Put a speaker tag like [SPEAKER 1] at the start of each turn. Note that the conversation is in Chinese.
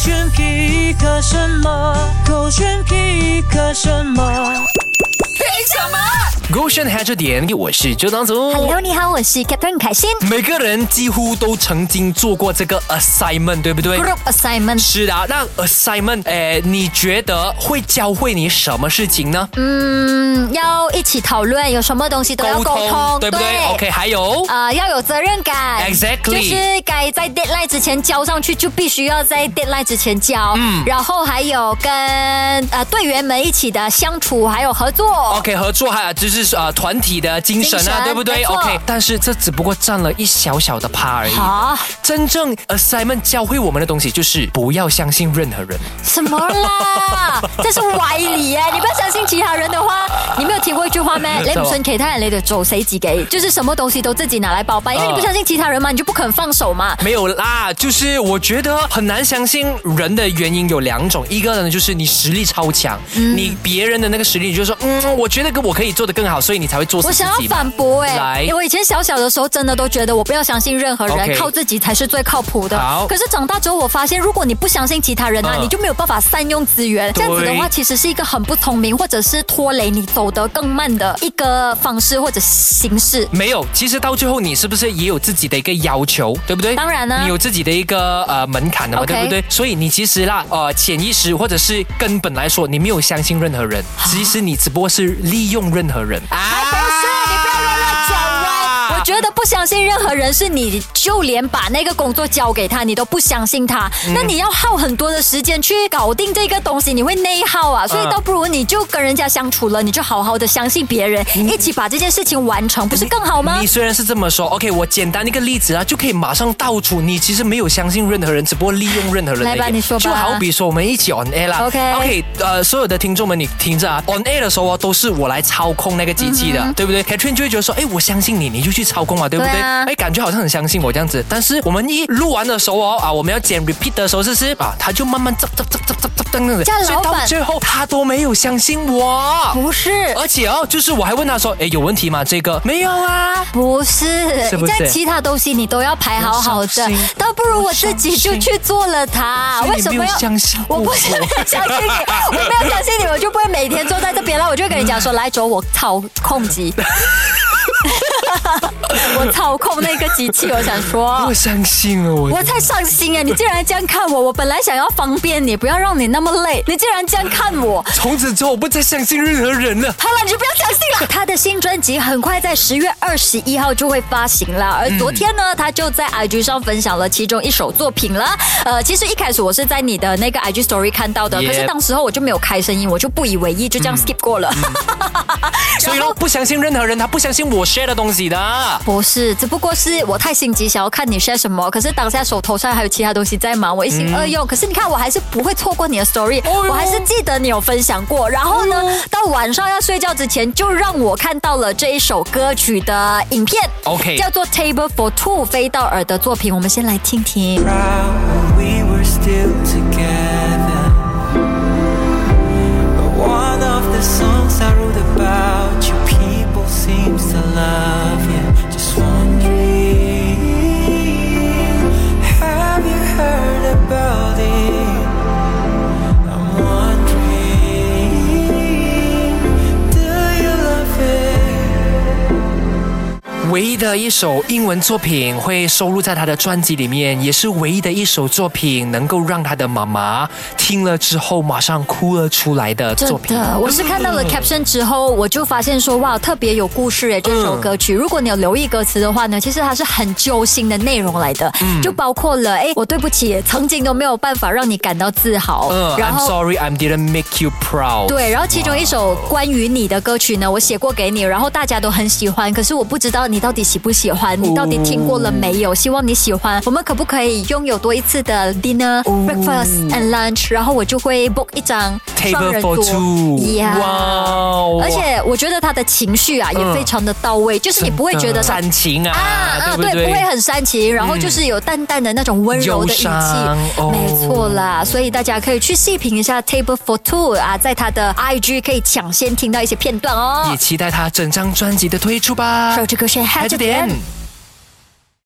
[SPEAKER 1] 选皮克什么？狗选皮克什么？
[SPEAKER 2] 勾选 h 这点，我是周当总。
[SPEAKER 3] Hello，你好，我是 Captain 凯欣。
[SPEAKER 2] 每个人几乎都曾经做过这个 assignment，对不对？
[SPEAKER 3] Group assignment，
[SPEAKER 2] 是的啊，那 assignment，哎，你觉得会教会你什么事情呢？
[SPEAKER 3] 嗯，要一起讨论，有什么东西都要沟通，
[SPEAKER 2] 对不对 o k 还有，
[SPEAKER 3] 呃，要有责任感
[SPEAKER 2] Exactly
[SPEAKER 3] 就是该在 deadline 之前交上去，就必须要在 deadline 之前交。嗯，然后还有跟呃队员们一起的相处，还有合作。
[SPEAKER 2] OK，合作还有就是呃团体的精神
[SPEAKER 3] 精
[SPEAKER 2] 啊，
[SPEAKER 3] 神
[SPEAKER 2] 对不对
[SPEAKER 3] 没错
[SPEAKER 2] ？OK，但是这只不过占了一小小的趴而已。
[SPEAKER 3] 啊，
[SPEAKER 2] 真正 assignment 教会我们的东西就是不要相信任何人。
[SPEAKER 3] 什么 啦？这是歪理耶！你不要相信其他人的话。你没有听过一句 话咩？你唔信其他人，你就做死自己，就是什么东西都自己拿来
[SPEAKER 2] 哦
[SPEAKER 3] 包办，因为你不相信其他人嘛，你就不肯放手嘛。
[SPEAKER 2] 没有啦，就是我觉得很难相信人的原因有两种，一个呢就是你实力超强，
[SPEAKER 3] 嗯
[SPEAKER 2] 你别人的那个实力，你就说嗯，我觉得我可以做得更好，所以你才会做死
[SPEAKER 3] 我
[SPEAKER 2] 自己
[SPEAKER 3] 想
[SPEAKER 2] 嘛。
[SPEAKER 3] 要反驳哎、
[SPEAKER 2] 来
[SPEAKER 3] 因为我以前小小的时候真的都觉得我不要相信任何人
[SPEAKER 2] OK
[SPEAKER 3] 靠自己才是最靠谱的。
[SPEAKER 2] 好
[SPEAKER 3] 可是长大之后我发现，如果你不相信其他人啊，
[SPEAKER 2] 嗯
[SPEAKER 3] 你就没有办法善用资源。这
[SPEAKER 2] 对
[SPEAKER 3] 样子的话，其实是一个很不聪明，或者是拖累你走得更慢的一个方式或者形式。
[SPEAKER 2] 没有，其实到最后你是不是也有自己的一个要求，对不对？
[SPEAKER 3] 当然啊
[SPEAKER 2] 你有自己的一个呃门槛的嘛
[SPEAKER 3] OK
[SPEAKER 2] 对不对？所以你其实啦，呃，潜意识或者是根本来说，你没有相信任何人，其实你只不过是利用任何人。啊，
[SPEAKER 3] 还啊哎不是，你不要乱乱转弯。我觉得不相信任何人是你，就连把那个工作交给他，你都不相信他，
[SPEAKER 2] 嗯
[SPEAKER 3] 那你要耗很多的时间去搞定这个东西，你会内耗啊。所以
[SPEAKER 2] 嗯
[SPEAKER 3] 倒不如你就跟人家相处了，你就好好的相信别人，一起把这件事情完成，不是更好吗
[SPEAKER 2] 嗯你？虽然是这么说，OK，我简单一个例子啊，就可以马上道出你其实没有相信任何人，只不过利用任何人的
[SPEAKER 3] 来
[SPEAKER 2] 一个。
[SPEAKER 3] 吧你说吧
[SPEAKER 2] 就好比说我们一起 on air 啦
[SPEAKER 3] OK
[SPEAKER 2] OK，呃，所有的听众们，你听着啊，on air 的时候、啊、都是我来操控那个机器的，对不对？Catherine 就会觉得说，哎，我相信你，你就去操控嘛，对不对？
[SPEAKER 3] 对啊
[SPEAKER 2] 哎，感觉好像很相信我这样子。但是我们一录完的时候哦，啊，我们要剪 repeat 的时候，是不是啊？他就慢慢啧啧啧啧啧啧这样子，
[SPEAKER 3] 这样
[SPEAKER 2] 所以
[SPEAKER 3] 老
[SPEAKER 2] 到
[SPEAKER 3] 板
[SPEAKER 2] 最后他都没有相信我。
[SPEAKER 3] 不是，
[SPEAKER 2] 而且哦，就是我还问他说，哎，有问题吗？这个没有啊。
[SPEAKER 3] 不是，
[SPEAKER 2] 是不
[SPEAKER 3] 你
[SPEAKER 2] 是
[SPEAKER 3] 在其他东西你都要排好好
[SPEAKER 2] 我伤
[SPEAKER 3] 的
[SPEAKER 2] 心，
[SPEAKER 3] 倒不如我自己就去做了它。
[SPEAKER 2] 所以
[SPEAKER 3] 为
[SPEAKER 2] 你
[SPEAKER 3] 什么
[SPEAKER 2] 没有
[SPEAKER 3] 要
[SPEAKER 2] 相信
[SPEAKER 3] 我
[SPEAKER 2] 我
[SPEAKER 3] 不是没有相信你，我没有相信你，我就不会每天坐在这边了。我就会跟你讲说，来走，我操控 机，我操控那个机器。我想说
[SPEAKER 2] 我。相信了我。
[SPEAKER 3] 我才伤心啊！你竟然这样看我，我本来想要方便你，不要让你那么累，你竟然这样看我，
[SPEAKER 2] 从此之后，我不再相信任何人了。
[SPEAKER 3] 好了，你就不要相信了。他的新专辑很快在十月二十一号就会发行了，而昨天呢，他就在 IG 上分享了其中一首作品了。呃，其实一开始我是在你的那个 IG Story 看到的
[SPEAKER 2] Yep
[SPEAKER 3] 可是当时候我就没有开声音，我就不以为意，就这样 skip 过了。
[SPEAKER 2] 所以咯，不相信任何人，他不相信我 share 的东西的。
[SPEAKER 3] 不是，只不过是我太心急，想要看你 share 什么，可是当下手头上还有其他东西在忙，我一心二用。可是你看，我还是不会错过你的 story，、
[SPEAKER 2] 嗯哦哟
[SPEAKER 3] 我还是记得你有分享过。然后呢，到晚上要睡觉之前，就让我看到了这一首歌曲的影片
[SPEAKER 2] OK
[SPEAKER 3] 叫做《Table for Two》飞道尔的作品，我们先来听听。
[SPEAKER 1] proud when we were still together. But one of the songs I wrote about you, people seems to love you. Just wondering, have you heard about it? I'm wondering, do you love it?
[SPEAKER 2] 唯一的一首英文作品会收录在他的专辑里面，也是唯一的一首作品能够让他的妈妈听了之后马上哭了出来的
[SPEAKER 3] 真
[SPEAKER 2] 作品。嗯
[SPEAKER 3] 的，我是看到了 caption 之后，我就发现说，哇，特别有故事诶，这首歌曲。如果你有留意歌词的话呢，其实它是很揪心的内容来的，
[SPEAKER 2] 嗯
[SPEAKER 3] 就包括了，哎，我对不起，曾经都没有办法让你感到自豪，
[SPEAKER 2] 嗯
[SPEAKER 3] 然
[SPEAKER 2] ，I'm
[SPEAKER 3] 后。
[SPEAKER 2] sorry, I didn't make you proud。
[SPEAKER 3] 对，然后其中一首关于你的歌曲呢，我写过给你，然后大家都很喜欢，可是我不知道你到底喜不喜欢，你到底听过了没有？希望你喜欢。我们可不可以拥有多一次的 dinner、breakfast
[SPEAKER 2] 哦
[SPEAKER 3] and lunch？然后我就会 book 一张双
[SPEAKER 2] Table
[SPEAKER 3] 人
[SPEAKER 2] for
[SPEAKER 3] 桌
[SPEAKER 2] two，
[SPEAKER 3] Yeah
[SPEAKER 2] 哇哦
[SPEAKER 3] 而且我觉得他的情绪啊
[SPEAKER 2] 嗯
[SPEAKER 3] 也非常的到位，就是你不会觉得他
[SPEAKER 2] 煽情啊，对不对？
[SPEAKER 3] 不会很煽情，然后就是有淡淡的那种温柔的语气
[SPEAKER 2] 忧伤，哦
[SPEAKER 3] 没错啦。所以大家可以去细品一下 Table for Two 啊，在他的 IG 可以抢先听到一些片段哦
[SPEAKER 2] 也。期待他整张专辑的推出吧。
[SPEAKER 3] 首这歌选 h a
[SPEAKER 2] 还
[SPEAKER 3] d
[SPEAKER 2] 这
[SPEAKER 3] d
[SPEAKER 2] 点。